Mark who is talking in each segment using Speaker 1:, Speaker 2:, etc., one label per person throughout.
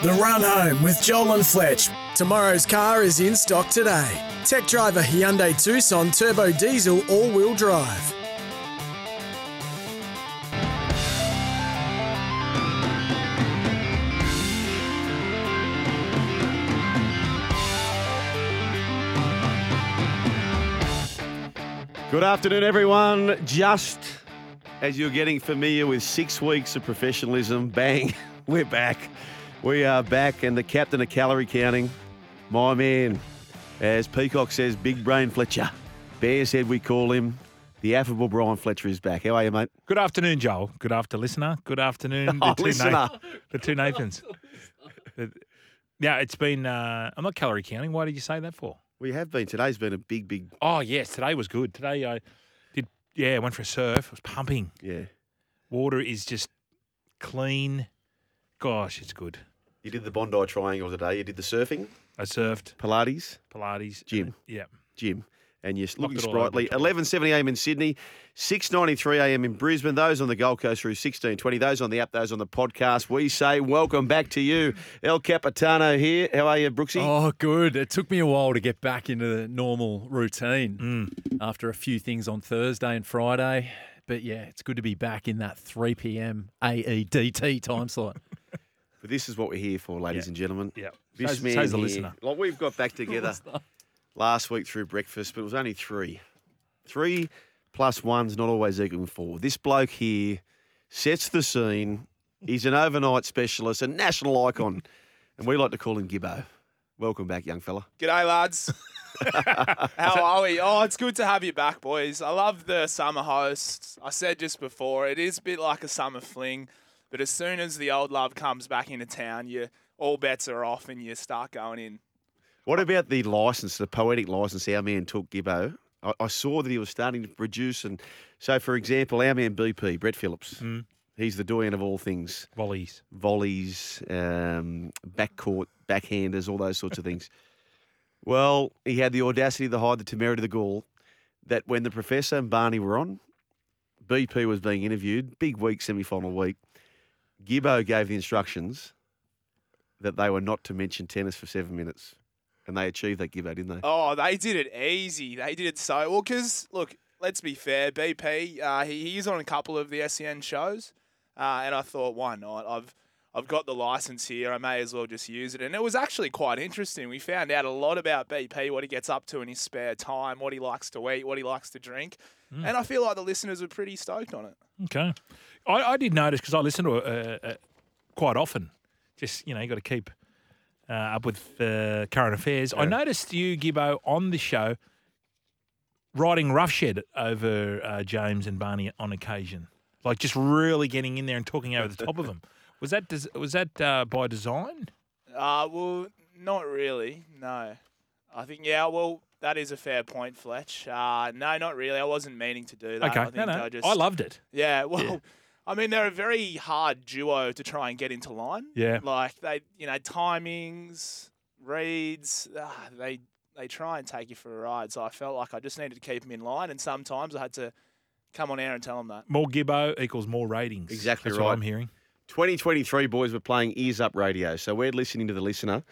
Speaker 1: The Run Home with Joel and Fletch. Tomorrow's car is in stock today. Tech driver Hyundai Tucson Turbo Diesel All Wheel Drive.
Speaker 2: Good afternoon, everyone. Just as you're getting familiar with six weeks of professionalism, bang, we're back. We are back, and the captain of calorie counting, my man, as Peacock says, Big Brain Fletcher. Bear said we call him the affable Brian Fletcher is back. How are you, mate?
Speaker 3: Good afternoon, Joel. Good after listener. Good afternoon,
Speaker 2: Oh,
Speaker 3: the, two
Speaker 2: listener.
Speaker 3: the two Nathans. The- Yeah, it's been. Uh, I'm not calorie counting. Why did you say that for?
Speaker 2: We have been. Today's been a big, big,
Speaker 3: Oh yes, today was good. Today I did. Yeah, I went for a surf. It was pumping.
Speaker 2: yeah.
Speaker 3: Water is just clean. Gosh, it's good.
Speaker 2: You did the Bondi Triangle today. You did the surfing,
Speaker 3: I surfed
Speaker 2: Pilates,
Speaker 3: Pilates.
Speaker 2: Gym.
Speaker 3: Yeah.
Speaker 2: Jim, and you're looking
Speaker 3: it all over
Speaker 2: sprightly.
Speaker 3: the top.
Speaker 2: 11:70 a.m. in Sydney, 6:93 a.m. in Brisbane. Those on the Gold Coast through 16:20. Those on the app. Those on the podcast. We say welcome back to you, El Capitano here. How are you, Brooksy?
Speaker 4: Oh, good. It took me a while to get back into the normal routine
Speaker 2: Hmm.
Speaker 4: after a few things on Thursday and Friday. But yeah, it's good to be back in that 3 p.m. AEDT E time slot.
Speaker 2: But this is what we're here for, ladies and gentlemen.
Speaker 3: Yeah.
Speaker 2: This
Speaker 3: So's-
Speaker 2: man
Speaker 3: so's the
Speaker 2: here-
Speaker 3: listener.
Speaker 2: Like we've got back together last week through breakfast, but it was only three. Three plus one's not always equal to four. This bloke here sets the scene. He's an overnight specialist, a national icon, and we like to call him Gibbo. Welcome back, young fella.
Speaker 5: G'day, lads. How are we? Oh, it's good to have you back, boys. I love the summer hosts. I said just before, it is a bit like a summer fling, but as soon as the old love comes back into town, you all bets are off and you start going in.
Speaker 2: What about the license, the poetic license our man took, Gibbo? I, I saw that he was starting to produce, and so, for example, our man BP, Brett Phillips,
Speaker 3: Mm.
Speaker 2: he's the doyen of all things
Speaker 3: Volleys.
Speaker 2: volleys, um, backcourt, backhanders, all those sorts of things. Well, he had the audacity, the hide, the temerity, the gall that when the professor and Barney were on, BP was being interviewed, big week, semi final week. Gibbo gave the instructions that they were not to mention tennis for seven minutes. And they achieved that, Gibbo, didn't they?
Speaker 5: Oh, they did it easy. They did it so well. Because look, let's be fair. BP, uh, he, he's on a couple of the SEN shows, uh, and I thought, why not? I've I've got the license here. I may as well just use it. And it was actually quite interesting. We found out a lot about BP, what he gets up to in his spare time, what he likes to eat, what he likes to drink,
Speaker 3: Hmm.
Speaker 5: and I feel like the listeners were pretty stoked on it.
Speaker 3: Okay. I, I did notice because I listen to it uh, uh, quite often. Just you know, you got to keep uh, up with uh, current affairs. I noticed you, Gibbo, on the show riding roughshed over uh, James and Barney on occasion, like just really getting in there and talking over the top of them. Was that des- was that uh, by design?
Speaker 5: Uh, well, not really. No, I think yeah. Well, that is a fair point, Fletch. Uh, no, not really. I wasn't meaning to do that.
Speaker 3: Okay,
Speaker 5: I think
Speaker 3: no, no,
Speaker 5: I
Speaker 3: I,
Speaker 5: just
Speaker 3: loved it.
Speaker 5: Yeah, well, I mean, they're a very hard duo to try and get into line.
Speaker 3: Yeah.
Speaker 5: Like they, you know, timings, reads, ah, they they try and take you for a ride. So I felt like I just needed to keep them in line, and sometimes I had to come on air and tell them that.
Speaker 3: More Gibbo equals more ratings.
Speaker 2: Exactly
Speaker 3: That's
Speaker 2: right.
Speaker 3: What I'm hearing.
Speaker 2: 2023 boys were playing ears up radio, so we're listening to the listener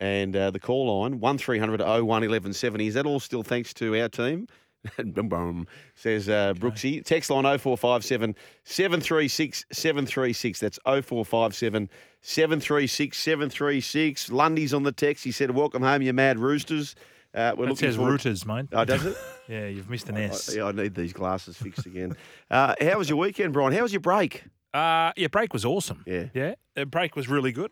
Speaker 2: and uh, the call line one 1170. Is that all still thanks to our team? boom, boom, says uh, Brooksy. Text line 0457 736 736. That's 0457 736 736. Lundy's on the text. He said, Welcome home, you mad roosters. Uh, we're
Speaker 3: It
Speaker 2: looking
Speaker 3: says
Speaker 2: forward-
Speaker 3: rooters, mate.
Speaker 2: Oh, does it?
Speaker 3: yeah, you've missed an S.
Speaker 2: I, yeah, I need these glasses fixed again. uh, how was your weekend, Brian? How was your break?
Speaker 3: Uh, yeah, break was awesome.
Speaker 2: Yeah.
Speaker 3: yeah, the break was really good.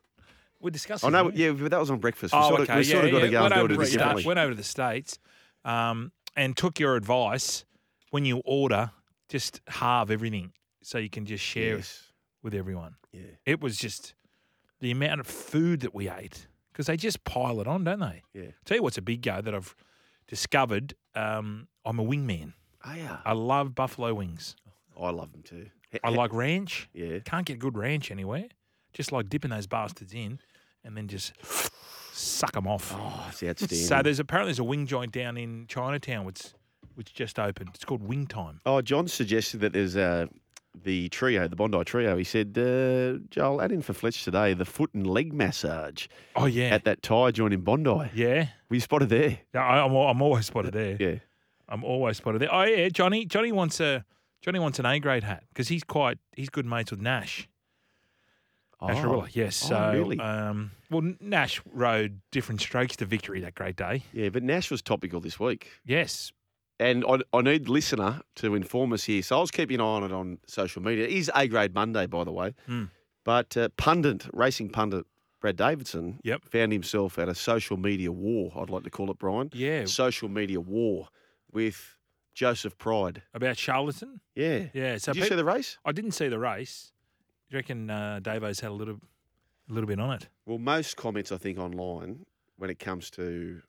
Speaker 3: We discussed.
Speaker 2: Oh,
Speaker 3: it,
Speaker 2: no,
Speaker 3: didn't we?
Speaker 2: yeah, but that was on breakfast. We
Speaker 3: Oh,
Speaker 2: sort of,
Speaker 3: okay.
Speaker 2: we
Speaker 3: yeah,
Speaker 2: sort of got
Speaker 3: yeah.
Speaker 2: to go
Speaker 3: went
Speaker 2: and
Speaker 3: over
Speaker 2: do it
Speaker 3: the States-
Speaker 2: differently.
Speaker 3: Went over to the states, um, and took your advice when you order, just halve everything so you can just share
Speaker 2: Yes.
Speaker 3: with everyone.
Speaker 2: Yeah.
Speaker 3: It was just the amount of food that we ate because they just pile it on, don't they?
Speaker 2: Yeah.
Speaker 3: Tell you what's a big go that I've discovered. Um, I'm a wingman.
Speaker 2: Oh, yeah. Oh,
Speaker 3: I love buffalo wings.
Speaker 2: I love them too.
Speaker 3: I like ranch.
Speaker 2: Yeah.
Speaker 3: Can't get good ranch anywhere. Just like dipping those bastards in and then just suck them off.
Speaker 2: Oh, it's outstanding.
Speaker 3: so there's apparently there's a wing joint down in Chinatown which which just opened. It's called Wing Time.
Speaker 2: oh, John suggested that there's a the trio, the Bondi trio, he said, uh, Joel, add in for Fletch today the foot and leg massage
Speaker 3: Oh yeah,
Speaker 2: at that tie joint in Bondi.
Speaker 3: yeah.
Speaker 2: We spotted there.
Speaker 3: Yeah, I, I'm al- I'm always spotted there.
Speaker 2: Yeah.
Speaker 3: I'm always spotted there. Oh yeah, Johnny. Johnny wants a Johnny wants an A grade hat because he's quite he's good mates with Nash. Nash
Speaker 2: Oh.
Speaker 3: Rilla, yes.
Speaker 2: Oh,
Speaker 3: So,
Speaker 2: really?
Speaker 3: um, well, Nash rode different strokes to victory that great day.
Speaker 2: Yeah, but Nash was topical this week.
Speaker 3: Yes.
Speaker 2: And I, I need listener to inform us here. So I was keeping an eye on it on social media. It is A grade Monday, by the way.
Speaker 3: Mm.
Speaker 2: But uh, pundit, racing pundit Brad Davidson,
Speaker 3: Yep.
Speaker 2: found himself at a social media war. I'd like to call it, Brian.
Speaker 3: Yeah.
Speaker 2: Social media war with Joseph Pride.
Speaker 3: About Charlatan.
Speaker 2: Yeah.
Speaker 3: Yeah. So
Speaker 2: Did you see
Speaker 3: peop-
Speaker 2: the race?
Speaker 3: I didn't see the race. Do you reckon uh, Davo's had a little, a little bit on it?
Speaker 2: Well, most comments I think online when it comes to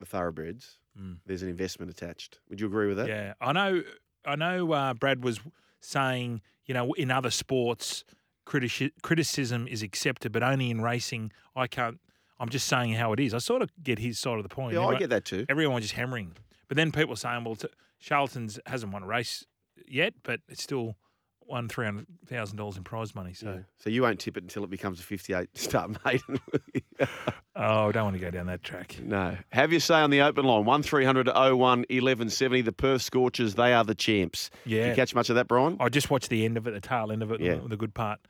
Speaker 2: the thoroughbreds,
Speaker 3: Mm.
Speaker 2: there's an investment attached. Would you agree with that?
Speaker 3: Yeah, I know. I know. Uh, Brad was saying, you know, in other sports, critici- criticism is accepted, but only in racing. I can't. I'm just saying how it is. I sort of get his side of the point.
Speaker 2: Yeah, I
Speaker 3: Everyone-
Speaker 2: get that too.
Speaker 3: Everyone was just hammering, but then people saying, well, t- Charlton's hasn't won a race yet, but it's still won three hundred thousand dollars in prize money. So,
Speaker 2: So you won't tip it until it becomes a 58 star maiden.
Speaker 3: oh, I don't want to go down that track.
Speaker 2: no. Have your say on the open line. 1300 01 1170. The Perth Scorchers, they are the champs. Did
Speaker 3: Yeah.
Speaker 2: you catch much of that, Brian?
Speaker 3: I just watched the end of it, the tail end of it,
Speaker 2: Yeah.
Speaker 3: the, the good part.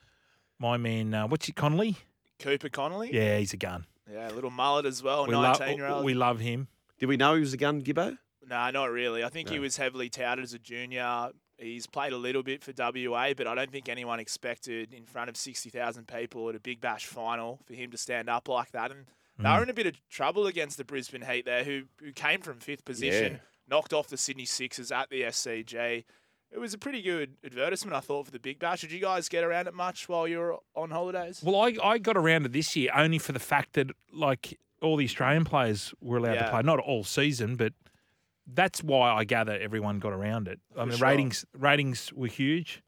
Speaker 3: My man, uh, what's it, Connolly?
Speaker 5: Cooper Connolly.
Speaker 3: Yeah, he's a gun.
Speaker 5: Yeah, little mullet as well.
Speaker 3: we, love-
Speaker 5: Nineteen year old.
Speaker 3: we love him.
Speaker 2: Did we know he was a gun, Gibbo?
Speaker 5: Nah, not really. I think he
Speaker 2: No.
Speaker 5: was heavily touted as a junior. He's played a little bit for WA, but I don't think anyone expected in front of 60,000 people at a Big Bash final for him to stand up like that. And they were in a bit of trouble against the Brisbane Heat there, who, who came from fifth position,
Speaker 2: Yeah.
Speaker 5: knocked off the Sydney Sixers at the SCG. It was a pretty good advertisement, I thought, for the Big Bash. Did you guys get around it much while you were on holidays?
Speaker 3: Well, I, I got around to this year only for the fact that like all the Australian players were allowed to
Speaker 5: Yeah.
Speaker 3: play, not all season, but that's why I gather everyone got around it. I
Speaker 5: For
Speaker 3: mean,
Speaker 5: sure.
Speaker 3: ratings ratings were huge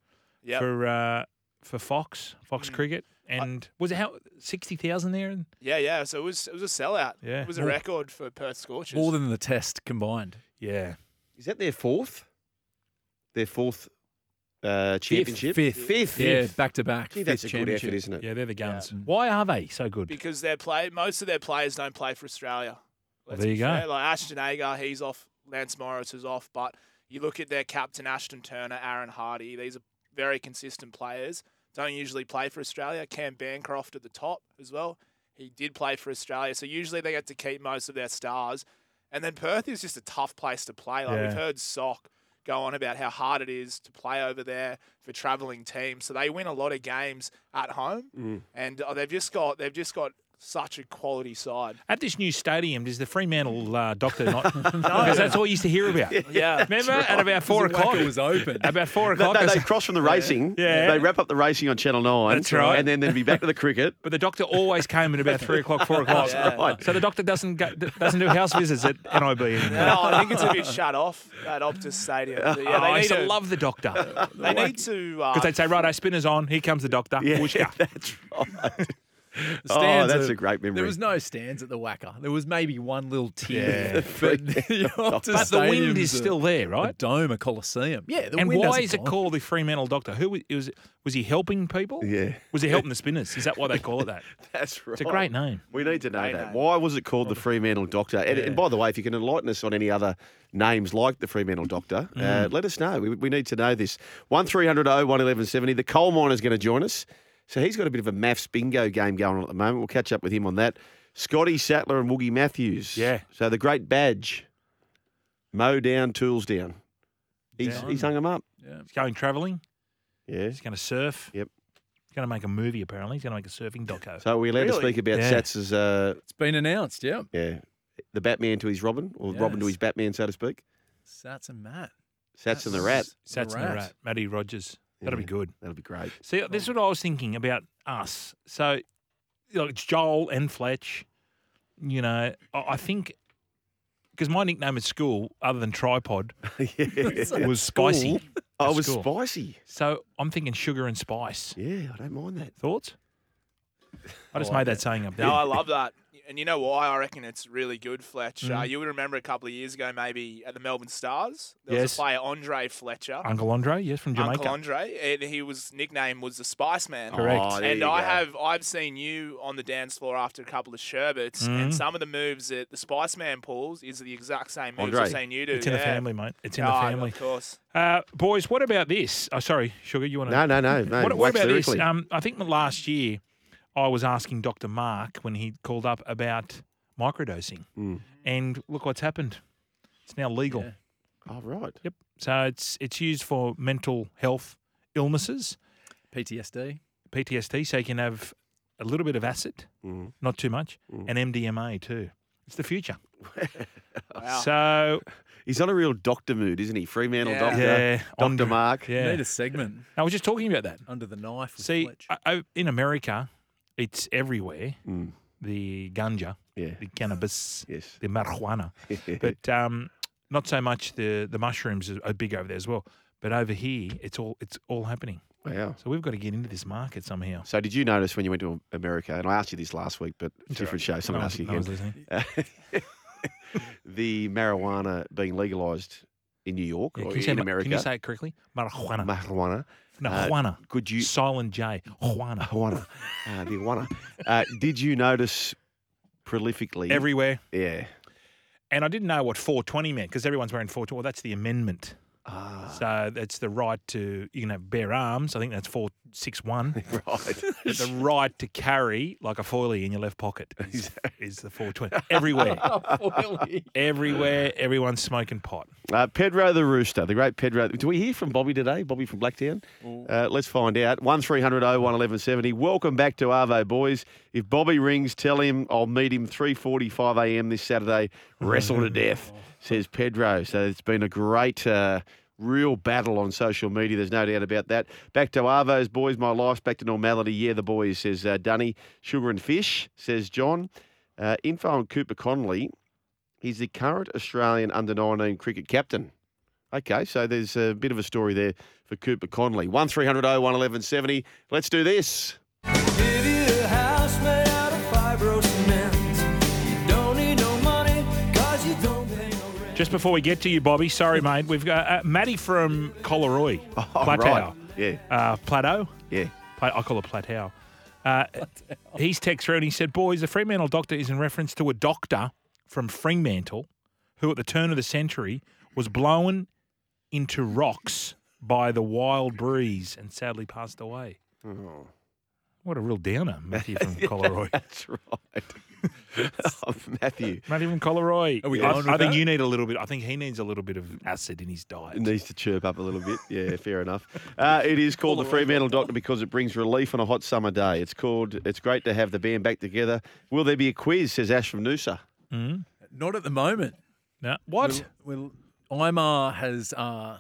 Speaker 5: Yep. Mm.
Speaker 3: for uh, for Fox Fox Cricket, and was it how sixty thousand there? And
Speaker 5: Yeah, yeah. So it was it was a sellout.
Speaker 3: Yeah.
Speaker 5: It was a
Speaker 3: More-
Speaker 5: record for Perth Scorchers.
Speaker 4: More than the test combined.
Speaker 3: yeah,
Speaker 2: Is that their fourth? Their fourth uh, championship?
Speaker 4: Fifth.
Speaker 2: Fifth.
Speaker 4: Yeah, back to back.
Speaker 2: Gee, that's
Speaker 4: fifth
Speaker 2: a good effort,
Speaker 4: championship.
Speaker 2: isn't it?
Speaker 3: yeah, they're the guns.
Speaker 4: Yeah.
Speaker 3: Why are they so good?
Speaker 5: because their play most of their players don't play for Australia.
Speaker 3: Well,
Speaker 5: Let's
Speaker 3: there
Speaker 5: be
Speaker 3: you go.
Speaker 5: fair. Like Ashton Agar, he's off. Lance Morris is off. But you look at their captain Ashton Turner, Aaron Hardy. These are very consistent players. Don't usually play for Australia. Cam Bancroft at the top as well. He did play for Australia, so usually they get to keep most of their stars. And then Perth is just a tough place to play. Like
Speaker 3: Yeah.
Speaker 5: we've heard Sock go on about how hard it is to play over there for travelling teams. So they win a lot of games at home
Speaker 3: Mm.
Speaker 5: and uh, they've just got they've just got such a quality side.
Speaker 3: At this new stadium, does the Fremantle uh, doctor not? Because that's all you used to hear about.
Speaker 5: Yeah,
Speaker 3: Remember, at about four
Speaker 4: The
Speaker 3: o'clock,
Speaker 4: Wacker was open.
Speaker 3: about four
Speaker 2: No,
Speaker 3: o'clock,
Speaker 2: no,
Speaker 3: I
Speaker 2: they
Speaker 3: said-
Speaker 2: cross from the racing.
Speaker 3: Yeah.
Speaker 2: They wrap up the racing on Channel 9.
Speaker 3: That's right.
Speaker 2: And then they'd be back to the cricket.
Speaker 3: But the doctor always came at about three o'clock, four o'clock.
Speaker 5: That's
Speaker 2: right.
Speaker 3: So the doctor doesn't go, d- doesn't do house visits at NIB anymore.
Speaker 5: no, I think it's a bit shut off at Optus Stadium. But yeah,
Speaker 3: Oh,
Speaker 5: they
Speaker 3: I
Speaker 5: need
Speaker 3: used to
Speaker 5: to,
Speaker 3: love the doctor because
Speaker 5: They need to. Uh,
Speaker 3: they'd say, "Righto, spinners on. Here comes the doctor." Whooshka.
Speaker 2: that's right.
Speaker 4: The
Speaker 2: Oh,
Speaker 4: stands
Speaker 2: that's
Speaker 4: are-
Speaker 2: a great memory.
Speaker 4: There was no stands at the Wacker. There was maybe one little
Speaker 3: Yeah.
Speaker 4: tear. But,
Speaker 3: But the wind is still there,
Speaker 4: a
Speaker 3: right?
Speaker 4: uh, dome, a coliseum. Yeah, the
Speaker 3: and
Speaker 4: wind
Speaker 3: why
Speaker 4: hasn't
Speaker 3: is it
Speaker 4: gone.
Speaker 3: called the Fremantle Doctor? Who was, it was was he helping people?
Speaker 2: Yeah.
Speaker 3: Was he helping the spinners? Is that why they call it that?
Speaker 2: That's right.
Speaker 3: It's a great name.
Speaker 2: We need to know
Speaker 5: Great
Speaker 2: that.
Speaker 5: name.
Speaker 2: Why was it called the Fremantle Doctor? And, and by the way, if you can enlighten us on any other names like the Fremantle Doctor, uh,
Speaker 3: Mm.
Speaker 2: let us know. We, we need to know this. 1300 01 1170. The coal miner's going to join us. So he's got a bit of a maths bingo game going on at the moment. We'll catch up with him on that. Scotty Sattler and Woogie Matthews.
Speaker 3: Yeah.
Speaker 2: So the great badge. Mow down, tools down. He's,
Speaker 3: Down.
Speaker 2: he's hung him up.
Speaker 3: He's going travelling.
Speaker 2: Yeah.
Speaker 3: He's going to surf.
Speaker 2: Yep.
Speaker 3: He's going to make a movie. Apparently, he's going to make a surfing doco.
Speaker 2: So are we allowed to
Speaker 5: Really?
Speaker 2: speak about
Speaker 3: Yeah.
Speaker 2: Sats's uh,
Speaker 4: It's been announced, yeah.
Speaker 2: Yeah. The Batman to his Robin, or Robin to
Speaker 4: Yes.
Speaker 2: his Batman, so to speak.
Speaker 4: Sats and Matt.
Speaker 2: Sats and the Rat.
Speaker 3: Sats and the Rat, Matty Rogers. That'll be
Speaker 2: Yeah.
Speaker 3: good.
Speaker 2: That'll be great.
Speaker 3: See, this is what I was thinking about us. So, you know, it's Joel and Fletch. You know, I, I think because my nickname at school, other than tripod, was spicy.
Speaker 2: I was
Speaker 3: School.
Speaker 2: spicy.
Speaker 3: So I'm thinking sugar and spice.
Speaker 2: Yeah, I don't mind that.
Speaker 3: Thoughts? Oh, I just
Speaker 4: like
Speaker 3: made that saying up there.
Speaker 5: no, I love that. And you know why? I reckon it's really good, Fletch.
Speaker 3: Mm.
Speaker 5: Uh, you would remember a couple of years ago, maybe at the Melbourne Stars, there was
Speaker 3: Yes.
Speaker 5: a player, Andre Fletcher.
Speaker 3: Uncle Andre, yes, from Jamaica.
Speaker 5: Uncle Andre, and he was nickname was the Spice Man.
Speaker 3: Correct.
Speaker 2: Oh, there
Speaker 5: and
Speaker 2: you
Speaker 5: I
Speaker 2: go.
Speaker 5: have I've seen you on the dance floor after a couple of sherbets,
Speaker 3: Mm.
Speaker 5: and some of the moves that the Spice Man pulls is the exact same moves
Speaker 2: Andre.
Speaker 5: I've seen you do.
Speaker 3: It's in the
Speaker 5: yeah.
Speaker 3: family, mate. It's in the
Speaker 5: Oh,
Speaker 3: family.
Speaker 5: Of course.
Speaker 3: Uh, boys, what about this? Oh, sorry, Sugar, you want to?
Speaker 2: No, no, no, no.
Speaker 3: What, what
Speaker 2: Wax
Speaker 3: about this?
Speaker 2: lyrically.
Speaker 3: Um, I think last year I was asking Dr. Mark when he called up about microdosing,
Speaker 2: Mm.
Speaker 3: and look what's happened. It's now legal.
Speaker 2: oh, right.
Speaker 3: Yep. So it's it's used for mental health illnesses,
Speaker 4: PTSD.
Speaker 3: PTSD. So you can have a little bit of acid,
Speaker 2: Mm.
Speaker 3: not too much, and MDMA too. It's the future.
Speaker 2: Ah.
Speaker 5: Wow.
Speaker 3: So
Speaker 2: He's on a real doctor mood, isn't he? Fremantle
Speaker 5: Yeah.
Speaker 2: doctor,
Speaker 3: Yeah,
Speaker 2: Doctor
Speaker 3: on-
Speaker 2: Mark.
Speaker 3: yeah,
Speaker 4: Need a segment
Speaker 3: I was just talking about that.
Speaker 4: under the knife. With
Speaker 3: See,
Speaker 4: Fletch.
Speaker 3: I, I, in America, it's everywhere.
Speaker 2: Mm.
Speaker 3: The ganja,
Speaker 2: Yeah.
Speaker 3: the cannabis,
Speaker 2: Yes.
Speaker 3: the marijuana, but um, not so much the the mushrooms are- are big over there as well. But over here, it's all it's all happening.
Speaker 2: Wow.
Speaker 3: So we've got to get into this market somehow.
Speaker 2: So did you notice when you went to America, and I asked you this last week, but different show, so I'm
Speaker 3: No,
Speaker 2: going to ask you
Speaker 3: no one's
Speaker 2: again.
Speaker 3: listening.
Speaker 2: The marijuana being legalised in New York
Speaker 3: Yeah,
Speaker 2: or
Speaker 3: can, you
Speaker 2: in
Speaker 3: say, ma-
Speaker 2: America.
Speaker 3: can you say it correctly? Marijuana.
Speaker 2: marijuana.
Speaker 3: no,
Speaker 2: uh,
Speaker 3: Juana.
Speaker 2: Could you
Speaker 3: Silent J. Juana.
Speaker 2: Juana, uh, the Juana. Uh, did you notice prolifically?
Speaker 3: Everywhere.
Speaker 2: yeah.
Speaker 3: And I didn't know what 420 meant because everyone's wearing 420. Well, that's the amendment.
Speaker 2: Ah,
Speaker 3: So that's the right to, you can have bare arms. I think that's 461.
Speaker 2: right.
Speaker 3: but the right to carry like a foilie in your left pocket is, is the 420. Everywhere. oh, Everywhere. Everyone's smoking pot.
Speaker 2: Uh, Pedro the Rooster, the great Pedro. Do we hear from Bobby today? Bobby from Blacktown? Uh, let's find out. 1300 01 1170. Welcome back to Arvo, boys. If Bobby rings, tell him I'll meet him 3.45 a.m. this Saturday. Wrestle to death, says Pedro. So it's been a great... Uh, Real battle on social media. There's no doubt about that. Back to Arvo's boys. My life's back to normality. Yeah, the boys says uh, Dunny. Sugar and fish says John. Uh, info on Cooper Connolly. He's the current Australian under 19 cricket captain. Okay, so there's a bit of a story there for Cooper Connolly. 1300 01 1170. Let's do this.
Speaker 3: Just before we get to you, Bobby, sorry, mate. We've got uh, Maddie from Collaroy. Plateau.
Speaker 2: Yeah,
Speaker 3: Uh, Plateau.
Speaker 2: yeah.
Speaker 3: Pla- I call it Plateau. Uh, he's text through and he said, Boys, the Fremantle doctor is in reference to a doctor from Fremantle who, at the turn of the century, was blown into rocks by the wild breeze and sadly passed away. What a real downer, Matthew from Collaroy.
Speaker 2: That's right. oh, Matthew
Speaker 3: Matthew from Collaroy.
Speaker 4: Are we
Speaker 3: I,
Speaker 4: going with
Speaker 3: I think
Speaker 4: that?
Speaker 3: you need a little bit. I think he needs a little bit of acid in his diet.
Speaker 2: needs to chirp up a little bit. Yeah, fair enough. Uh, it is called the Fremantle Doctor because it brings relief on a hot summer day. It's called It's Great to Have the Band Back Together. Will there be a quiz, says Ash from Noosa.
Speaker 4: Not at the moment.
Speaker 3: No. What?
Speaker 4: Well, Imar has uh,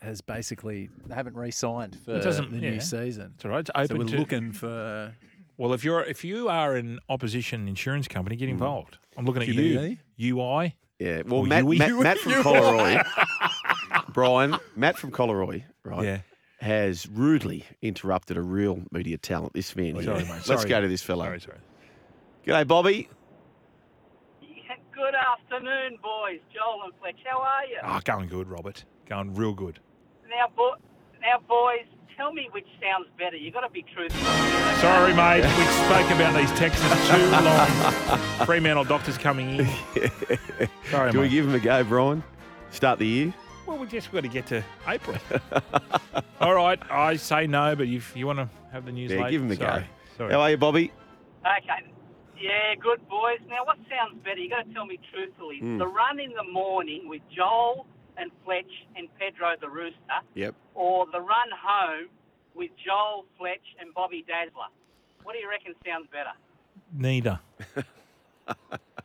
Speaker 4: has basically they haven't re-signed for
Speaker 3: doesn't-
Speaker 4: the
Speaker 3: yeah.
Speaker 4: new season.
Speaker 3: It's all right. It's
Speaker 4: So
Speaker 3: open
Speaker 4: we're
Speaker 3: to-
Speaker 4: looking for
Speaker 3: Well, if you're if you are an opposition insurance company, get involved. I'm looking at
Speaker 4: QBE?
Speaker 3: you, UI.
Speaker 2: Yeah. Well,
Speaker 3: Or
Speaker 2: Matt,
Speaker 3: Yui.
Speaker 2: Matt, Matt from Collaroy, Brian, Matt from Collaroy, right?
Speaker 3: Yeah.
Speaker 2: Has rudely interrupted a real media talent. This man. here.
Speaker 3: Oh, Sorry, mate.
Speaker 2: Let's
Speaker 3: Sorry.
Speaker 2: go to this fellow.
Speaker 3: Sorry, sorry.
Speaker 2: G'day, Bobby.
Speaker 6: Good afternoon, boys. Joel and Fletch, how are you?
Speaker 3: Ah, going good, Robert. Going real good.
Speaker 6: Now, bo- now, boys, tell me which sounds better. You've got to be truthful.
Speaker 3: Sorry, mate. We spoke about these texts for too long. Fremantle doctors coming in. Sorry,
Speaker 2: Do we
Speaker 3: mate.
Speaker 2: give him a go, Brian? Start the year.
Speaker 3: well, we just got to get to April. All right, I say no, but if you want to have the news
Speaker 2: Yeah,
Speaker 3: late,
Speaker 2: give him a
Speaker 3: sorry.
Speaker 2: go.
Speaker 3: Sorry.
Speaker 2: How are you, Bobby?
Speaker 6: Okay. Yeah, good, boys. Now, what sounds better? You've got to tell me truthfully.
Speaker 3: Hmm.
Speaker 6: The run in the morning with Joel and Fletch and Pedro the Rooster,
Speaker 2: Yep.
Speaker 6: or the run home with Joel, Fletch, and Bobby Dazzler. What do you reckon sounds better?
Speaker 3: Neither.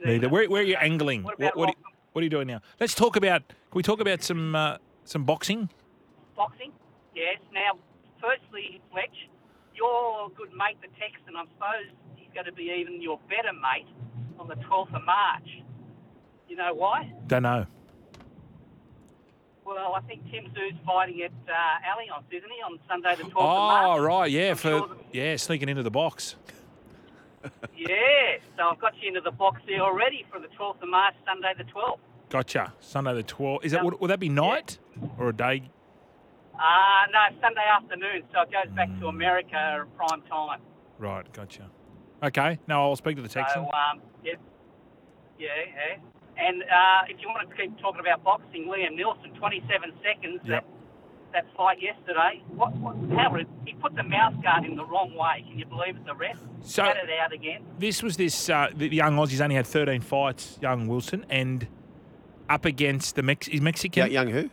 Speaker 3: Neither. Where, where are you angling?
Speaker 6: What
Speaker 3: What,
Speaker 6: about
Speaker 3: what, are, you- what are you doing now? Let's talk about. Can we talk about some uh, some boxing?
Speaker 6: Boxing? Yes. Now, firstly, Fletch, your good mate, the Texan, I suppose he's going to be even your better mate on the 12th of March. You know why?
Speaker 3: Don't know.
Speaker 6: Well, I think Tim Zoo's fighting at uh, Allianz, isn't he, on Sunday the 12th of
Speaker 3: Oh
Speaker 6: March?
Speaker 3: right, yeah,
Speaker 6: I'm
Speaker 3: for
Speaker 6: sure that-
Speaker 3: yeah, sneaking into the box.
Speaker 6: yeah, so I've got you into the box there already for the 12th of March, Sunday the 12th.
Speaker 3: Gotcha. Sunday the 12th. Is that
Speaker 6: Yeah.
Speaker 3: would, would that be night or a day?
Speaker 6: Uh, no, Sunday afternoon, so it goes back to America prime time.
Speaker 3: Right. Gotcha. Okay. Now I'll speak to the Texan.
Speaker 6: So, um, yeah, yeah, yeah. And uh, if you want to keep talking about boxing, Liam Nielsen, 27 seconds.
Speaker 3: Yep.
Speaker 6: That, that fight yesterday. What? What? How? It, he put the mouth guard in the wrong way. Can you believe it? The ref
Speaker 3: So-
Speaker 6: had it out again.
Speaker 3: this was this uh, the the young Aussie's only had 13 fights, young Wilson, and up against the Mex- he's Mexican
Speaker 2: Yeah, young who?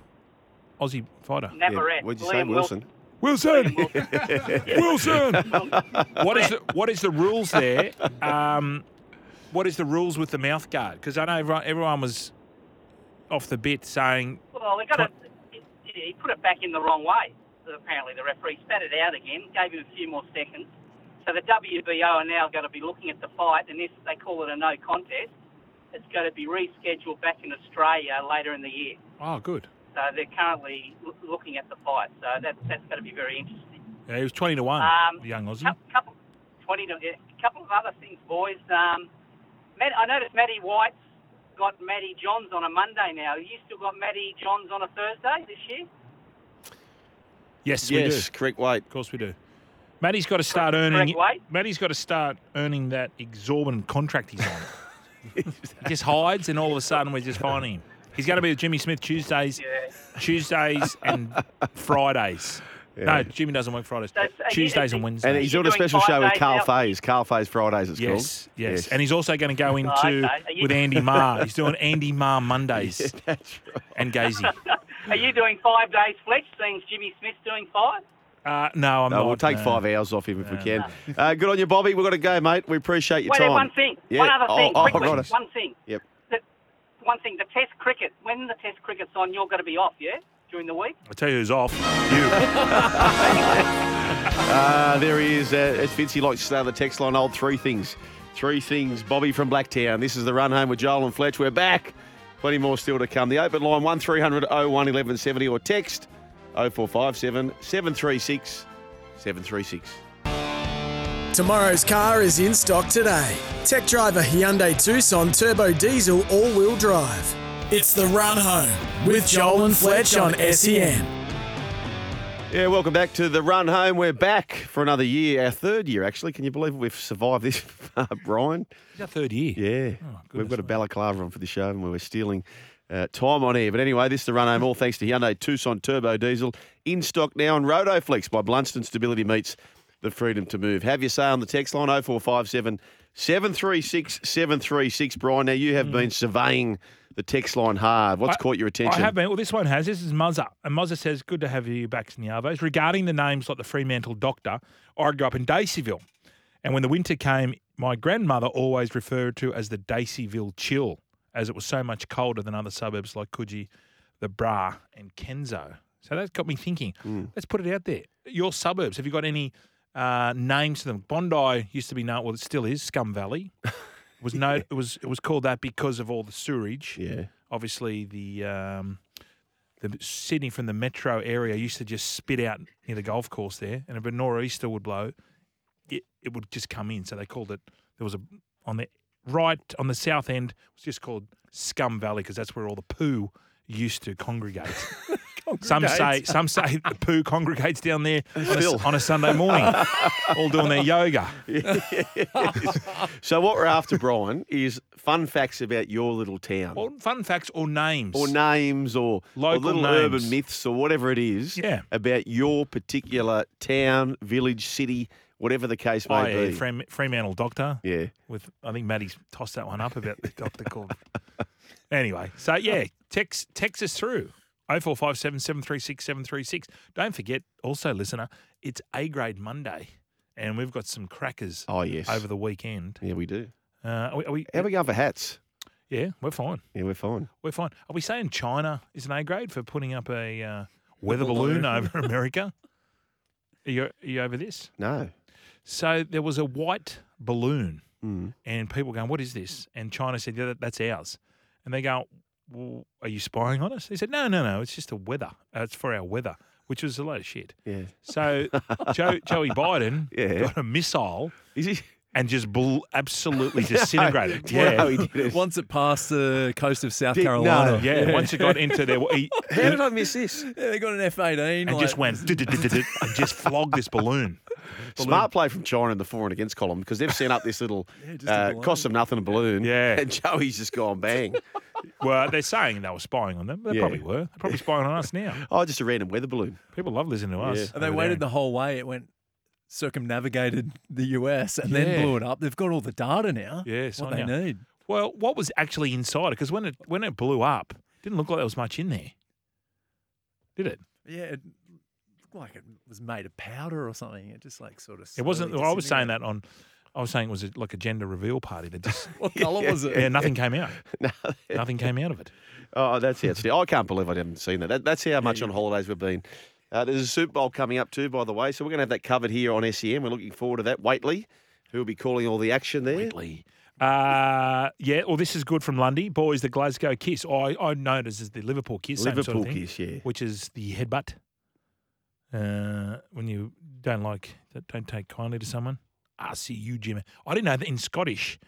Speaker 3: Aussie fighter.
Speaker 2: Yeah,
Speaker 6: Navarrete.
Speaker 2: what'd you
Speaker 6: Liam
Speaker 2: say, Wilson?
Speaker 3: Wilson,
Speaker 6: Wilson.
Speaker 3: Wilson. what is the what is the rules there? Um, what is the rules with the mouth guard? Because I know everyone, everyone was off the bit saying
Speaker 6: Well, they got it. He put it back in the wrong way. Apparently, the referee spat it out again, gave him a few more seconds. So the WBO are now going to be looking at the fight, and if they call it a no contest, it's going to be rescheduled back in Australia later in the year.
Speaker 3: "Oh, good."
Speaker 6: So they're currently loo- looking at the fight. So that, that's going to be very interesting.
Speaker 3: Yeah, he was 20 to one,
Speaker 6: Um,
Speaker 3: the young Aussie.
Speaker 6: Cou- couple, 20 to, yeah, a couple of other things, boys. Um, Matt, I noticed Matty White's got Matty Johns on a Monday now. Have you still got Matty Johns on a Thursday this year?
Speaker 3: Yes, we do.
Speaker 2: yes, correct weight.
Speaker 3: Of course we do. Matty's got to start
Speaker 6: Correct
Speaker 3: earning.
Speaker 6: weight?
Speaker 3: Matty's got to start earning that exorbitant contract he's on. he just hides, and all of a sudden we're just finding him. He's going to be with Jimmy Smith Tuesdays,
Speaker 6: Yeah.
Speaker 3: Tuesdays and Fridays. No, Jimmy doesn't work Fridays.
Speaker 6: That's- and he-
Speaker 3: Tuesdays and
Speaker 6: and
Speaker 3: Wednesdays.
Speaker 2: And he's
Speaker 6: You're
Speaker 2: on a
Speaker 6: doing
Speaker 2: special
Speaker 6: five
Speaker 2: show with
Speaker 6: days
Speaker 2: Carl
Speaker 6: out.
Speaker 2: Fays. Carl Fays Fridays, it's
Speaker 3: yes,
Speaker 2: called.
Speaker 3: yes, and he's also going to go into
Speaker 6: okay. eh? Are you-
Speaker 3: with Andy Marr. He's doing Andy Marr Mondays
Speaker 2: that's right.
Speaker 3: and Gazy.
Speaker 6: Are you doing five days, Fletch? Seeing Jimmy Smith doing five?
Speaker 3: Uh, no, I'm
Speaker 2: No,
Speaker 3: not.
Speaker 2: we'll take
Speaker 3: no.
Speaker 2: five hours off him if we can. Uh, good on you, Bobby. We've got to go, mate. We appreciate your
Speaker 6: Wait,
Speaker 2: time.
Speaker 6: there, one thing.
Speaker 2: Yeah.
Speaker 6: One other
Speaker 2: oh,
Speaker 6: thing.
Speaker 2: Oh,
Speaker 6: quickly,
Speaker 2: right.
Speaker 6: one thing.
Speaker 2: Yep.
Speaker 6: The, one thing. The Test cricket. When the Test cricket's on, you're going to be off, yeah, during the week.
Speaker 3: I'll tell you who's off.
Speaker 2: Uh, there he is. Uh, as Fitzy likes to say on the text line, old three things. Three things. Bobby from Blacktown. This is the run home with Joel and Fletch. We're back. Plenty more still to come. The open line 1300 01 1170 or text 0457 736 736.
Speaker 1: Tomorrow's car is in stock today. Tech driver Hyundai Tucson Turbo Diesel All Wheel Drive. It's the run home with Joel and Fletch on E SEN.
Speaker 2: Yeah, welcome back to the run home. We're back for another year, our third year actually. Can you believe we've survived this far, Brian?
Speaker 3: He's our third year.
Speaker 2: Yeah. We've
Speaker 3: Oh, goodness
Speaker 2: got a balaclava on for the show and we were stealing uh, time on air. But anyway, this is the run home, all thanks to Hyundai Tucson Turbo Diesel. In stock now on Rodoflex by Blunston Stability Meets the Freedom to Move. Have your say on the text line 0457 736 736. Brian, now you have been surveying the text line hard. What's
Speaker 3: Hmm. I-
Speaker 2: caught your attention?
Speaker 3: I have been. Well, this one has. This is Muzza. And Muzza says, Good to have you back in the Arvos. Regarding the names like the Fremantle Doctor, I grew up in Daceyville. And when the winter came, my grandmother always referred to as the Daceyville chill, as it was so much colder than other suburbs like Coogee, the Bra, and Kenzo. So that got me thinking.
Speaker 2: Hmm.
Speaker 3: Let's put it out there. Your suburbs, have you got any uh, names to them? Bondi used to be known, well, it still is, Scum Valley. Was no, it was it was called that because of all the sewerage
Speaker 2: Yeah.
Speaker 3: obviously the um, the Sydney from the metro area used to just spit out near the golf course there, and if a nor'easter would blow, it it would just come in. So they called it. There was a on the right on the south end it was just called Scum Valley because that's where all the poo used to congregate. Some say some say the poo congregates down there on a,
Speaker 2: Phil.
Speaker 3: on a Sunday morning, all doing their yoga.
Speaker 2: So, what we're after, Brian, is fun facts about your little town.
Speaker 3: Or fun facts or names.
Speaker 2: or names or, or
Speaker 3: Local
Speaker 2: little
Speaker 3: names.
Speaker 2: urban myths or whatever it is
Speaker 3: Yeah.
Speaker 2: about your particular town, village, city, whatever the case
Speaker 3: Oh,
Speaker 2: may
Speaker 3: yeah,
Speaker 2: be.
Speaker 3: Frem- Fremantle Doctor.
Speaker 2: yeah.
Speaker 3: with I think Maddie's tossed that one up about the doctor called. Anyway, so yeah, text text us through. 0457 736 736. Don't forget, also, listener, it's A grade Monday, and we've got some crackers
Speaker 2: Oh, yes.
Speaker 3: over the weekend.
Speaker 2: yeah, we do.
Speaker 3: Uh, are we, are we-
Speaker 2: How are we going for hats?
Speaker 3: yeah, we're fine.
Speaker 2: Yeah, we're fine.
Speaker 3: We're fine. Are we saying China is an A grade for putting up a uh, weather balloon over America? Are you, are you over this?
Speaker 2: No.
Speaker 3: So there was a white balloon,
Speaker 2: Mm.
Speaker 3: and people going, "What is this?" And China said, "Yeah, that, that's ours." And they go, well, "Are you spying on us?" They said, "No, no, no. It's just a weather. Uh, it's for our weather." Which was a load of shit.
Speaker 2: Yeah.
Speaker 3: So Joe, Joey Biden
Speaker 2: Yeah.
Speaker 3: got a missile
Speaker 2: Is he?
Speaker 3: and just bull, absolutely disintegrated. yeah.
Speaker 2: No, he didn't.
Speaker 4: Once it passed the coast of South
Speaker 2: Did- no,
Speaker 4: Carolina,
Speaker 3: yeah, Once it got into their, he,
Speaker 2: How did I miss this?
Speaker 4: Yeah, they got an F eighteen
Speaker 3: and just went "Du-du-du-du-du," and just flogged this balloon.
Speaker 2: Smart play from China in the for and against column because they've sent up this little
Speaker 4: just a
Speaker 2: uh,
Speaker 4: balloon.
Speaker 2: cost them nothing a balloon.
Speaker 3: Yeah.
Speaker 2: And Joey's just gone bang.
Speaker 3: Well, they're saying they were spying on them. They
Speaker 2: Yeah.
Speaker 3: probably were. They're probably spying on us now.
Speaker 2: oh, just a random weather balloon.
Speaker 3: People love listening to us.
Speaker 2: Yeah.
Speaker 4: And they
Speaker 3: over
Speaker 4: waited
Speaker 3: there.
Speaker 4: the whole way. It went circumnavigated the US and then
Speaker 3: Yeah.
Speaker 4: blew it up. They've got all the data now.
Speaker 3: Yeah, it's
Speaker 4: what
Speaker 3: on
Speaker 4: they
Speaker 3: ya.
Speaker 4: need.
Speaker 3: Well, what was actually inside it? Because when it when it blew up, didn't look like there was much in there. Did it?
Speaker 4: Yeah, it looked like it was made of powder or something. It just like sort of.
Speaker 3: It wasn't.
Speaker 4: slowly
Speaker 3: Well, I was saying
Speaker 4: disintegrated.
Speaker 3: that on. I was saying it was a, like a gender reveal party. That just
Speaker 4: What colour was it?
Speaker 3: yeah, nothing came out. nothing came out of it.
Speaker 2: Oh, that's outstanding. I can't believe I didn't see that. that that's how much on holidays we've been. Uh, there's a Super Bowl coming up too, by the way, so we're going to have that covered here on SEM. We're looking forward to that. Waitley, who will be calling all the action there.
Speaker 3: Wheatley. Uh, yeah, well, this is good from Lundy. Boys, the Glasgow kiss. I, I noticed is the Liverpool kiss. same sort of
Speaker 2: Liverpool
Speaker 3: thing,
Speaker 2: kiss, yeah.
Speaker 3: Which is the headbutt. Uh, when you don't like, don't take kindly to someone. RCU Jimmy. I didn't know that in Scottish,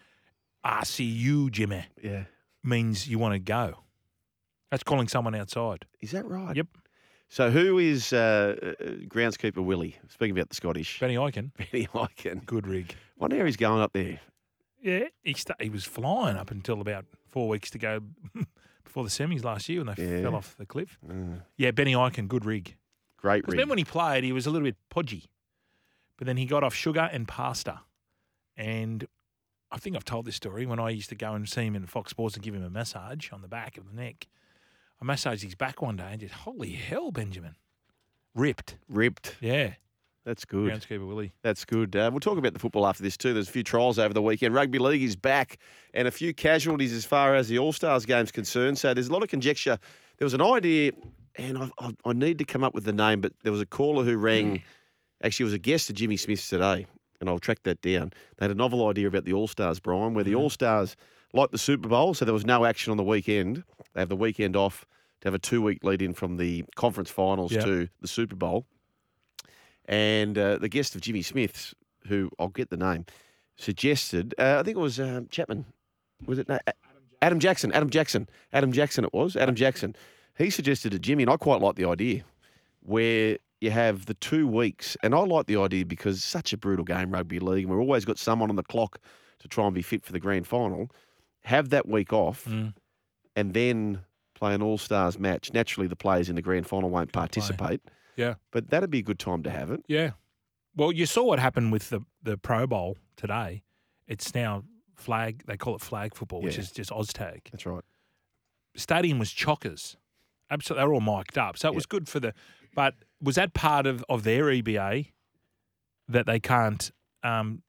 Speaker 3: RCU Jimmy
Speaker 2: Yeah.
Speaker 3: means you want to go. That's calling someone outside.
Speaker 2: Is that right?
Speaker 3: Yep.
Speaker 2: So who is uh, uh, groundskeeper Willie? Speaking about the Scottish.
Speaker 3: Benny Eichen.
Speaker 2: Benny Eichen.
Speaker 3: Good rig.
Speaker 2: Wonder how he's going up there.
Speaker 3: Yeah, he sta he was flying up until about four weeks to go before the semis last year when they
Speaker 2: Yeah.
Speaker 3: fell off the cliff. Yeah, Benny Eichen, good rig.
Speaker 2: Uh, Great
Speaker 3: Because
Speaker 2: rig.
Speaker 3: then when he played, he was a little bit podgy, but then he got off sugar and pasta. And I think I've told this story when I used to go and see him in Fox Sports and give him a massage on the back of the neck. I massaged his back one day and just, holy hell, Benjamin. Ripped.
Speaker 2: Ripped.
Speaker 3: Yeah.
Speaker 2: That's good.
Speaker 3: Groundskeeper Willie.
Speaker 2: That's good. Uh, we'll talk about the football after this too. There's a few trials over the weekend. Rugby league is back, and a few casualties as far as the All Stars game's concerned. So there's a lot of conjecture. There was an idea, and I, I, I need to come up with the name, but there was a caller who rang. Actually, it was a guest to Jimmy Smith's today, and I'll track that down. They had a novel idea about the All Stars, Brian, where the All Stars, like the Super Bowl, so there was no action on the weekend. They have the weekend off to have a two week lead in from the conference finals
Speaker 3: Yeah.
Speaker 2: to the Super Bowl and uh, the guest of Jimmy Smith's, who I'll get the name, suggested. Uh, I think it was um, Chapman. Was it no, A- Adam Jackson? Adam Jackson. Adam Jackson. It was Adam Jackson. He suggested to Jimmy, and I quite like the idea, where you have the two weeks, and I like the idea because it's such a brutal game, rugby league, and we've always got someone on the clock to try and be fit for the grand final. Have that week off,
Speaker 3: Mm.
Speaker 2: and then play an All Stars match. Naturally, the players in the grand final won't participate.
Speaker 3: Yeah.
Speaker 2: But that'd be a good time to have it.
Speaker 3: Yeah. Well, you saw what happened with the, the Pro Bowl today. It's now flag, they call it flag football, which
Speaker 2: Yeah.
Speaker 3: is just Oztag.
Speaker 2: That's right.
Speaker 3: stadium was chockers. Absolutely, they were all mic'd up, so it was good for the. But was that part of of their EBA that they can't um,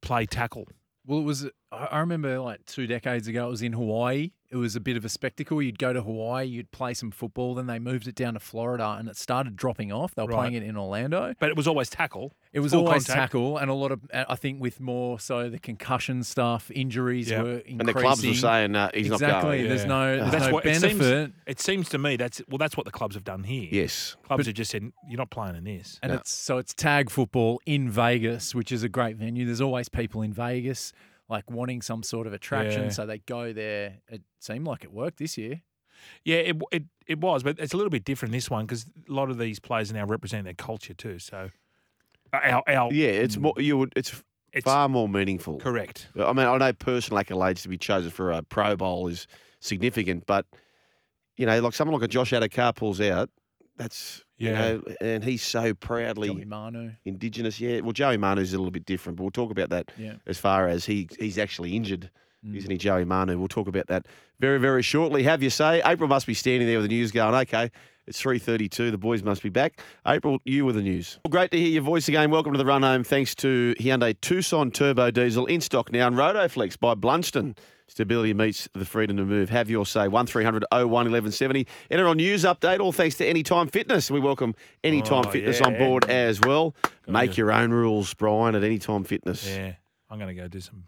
Speaker 3: play tackle?
Speaker 4: Well, it was. I I remember like two decades ago, it was in Hawaii. It was a bit of a spectacle. You'd go to Hawaii, you'd play some football, then they moved it down to Florida, and it started dropping off. They were
Speaker 3: Right.
Speaker 4: playing it in Orlando.
Speaker 3: But it was always tackle.
Speaker 4: It was
Speaker 3: Full
Speaker 4: always
Speaker 3: contact.
Speaker 4: tackle, and a lot of I think with more so the concussion stuff, injuries
Speaker 3: Yeah.
Speaker 4: were increasing.
Speaker 2: And the clubs were saying uh, he's
Speaker 4: exactly.
Speaker 2: not going.
Speaker 4: There's
Speaker 3: Yeah.
Speaker 4: no, there's no benefit.
Speaker 3: It seems, it seems to me that's well, that's what the clubs have done here.
Speaker 2: Yes.
Speaker 3: clubs have just said you're not playing in this.
Speaker 4: And it's so it's tag football in Vegas, which is a great venue. There's always people in Vegas like wanting some sort of attraction,
Speaker 3: Yeah.
Speaker 4: so they go there. It seemed like it worked this year.
Speaker 3: Yeah, it it, it was, but it's a little bit different this one because a lot of these players now represent their culture too. So uh, our our
Speaker 2: Yeah, it's more. You would. It's,
Speaker 3: It's-
Speaker 2: far more meaningful.
Speaker 3: correct.
Speaker 2: I mean, I know personal accolades to be chosen for a Pro Bowl is significant, but you know, like someone like a Josh Adakar pulls out, that's
Speaker 3: Yeah.
Speaker 2: you know, and he's so proudly
Speaker 4: Joey Manu.
Speaker 2: Indigenous. Yeah, well, Joey Manu's a little bit different, but we'll talk about that
Speaker 4: Yeah.
Speaker 2: as far as he he's actually injured.
Speaker 3: Mm.
Speaker 2: Isn't he, Joey Manu? We'll talk about that very, very shortly. Have you say? April must be standing there with the news going, okay, it's 3.32, the boys must be back. April, you with the news. Well, great to hear your voice again. Welcome to the run home. Thanks to Hyundai Tucson Turbo Diesel in stock now and Rotoflex by Blunston. Stability meets the freedom to move. Have your say. 1300 01 1170. Enter on news update. All thanks to Anytime Fitness. We welcome Anytime
Speaker 3: Oh,
Speaker 2: Fitness
Speaker 3: yeah.
Speaker 2: on board as well. Make your own rules, Brian, at Anytime Fitness.
Speaker 3: Yeah, I'm going to go do some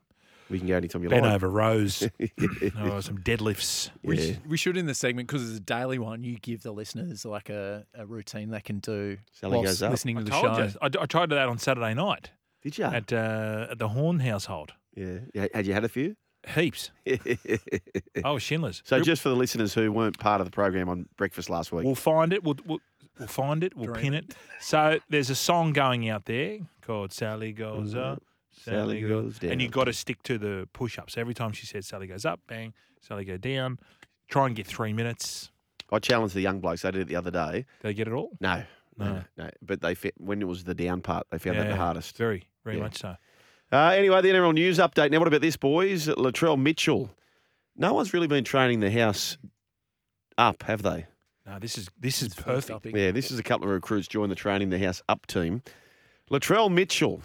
Speaker 2: We can go anytime you
Speaker 3: bent
Speaker 2: like.
Speaker 3: over rows, oh, some deadlifts.
Speaker 4: We,
Speaker 2: Yeah.
Speaker 4: sh- we should in this segment because it's a daily one. You give the listeners like a, a routine they can do
Speaker 2: Sally
Speaker 4: whilst
Speaker 2: goes up.
Speaker 4: listening to the
Speaker 3: Told
Speaker 4: show.
Speaker 3: you. I, d- I tried that on Saturday night.
Speaker 2: Did you?
Speaker 3: at, uh, at the Horn household.
Speaker 2: yeah. Yeah, Had you had a few?
Speaker 3: Heaps. I was Schindler's.
Speaker 2: Eh. So, just for the listeners who weren't part of the program on breakfast last week,
Speaker 3: We'll find it. We'll, we'll, we'll find it. We'll pin it. So there's a song going out there called Sally Goes Up.
Speaker 2: Mm-hmm. Sally Goes
Speaker 3: And you've
Speaker 2: Down.
Speaker 3: got to stick to the push ups. Every time she says Sally Goes Up, bang, Sally Go Down. Try and get three minutes.
Speaker 2: I challenged the young blokes. They did it the other day.
Speaker 3: Did I get it all?
Speaker 2: No, no,
Speaker 3: No.
Speaker 2: no. But they fit, when it was the down part, they found that the hardest.
Speaker 3: Very, very
Speaker 2: Yeah.
Speaker 3: much so.
Speaker 2: Uh, anyway, the NRL news update. Now, what about this, boys? Latrell Mitchell. No one's really been training the house up, have they?
Speaker 3: No, this is this is
Speaker 4: First
Speaker 3: perfect.
Speaker 4: upping.
Speaker 2: Yeah, this is a couple of recruits joined the training the house up team. Latrell Mitchell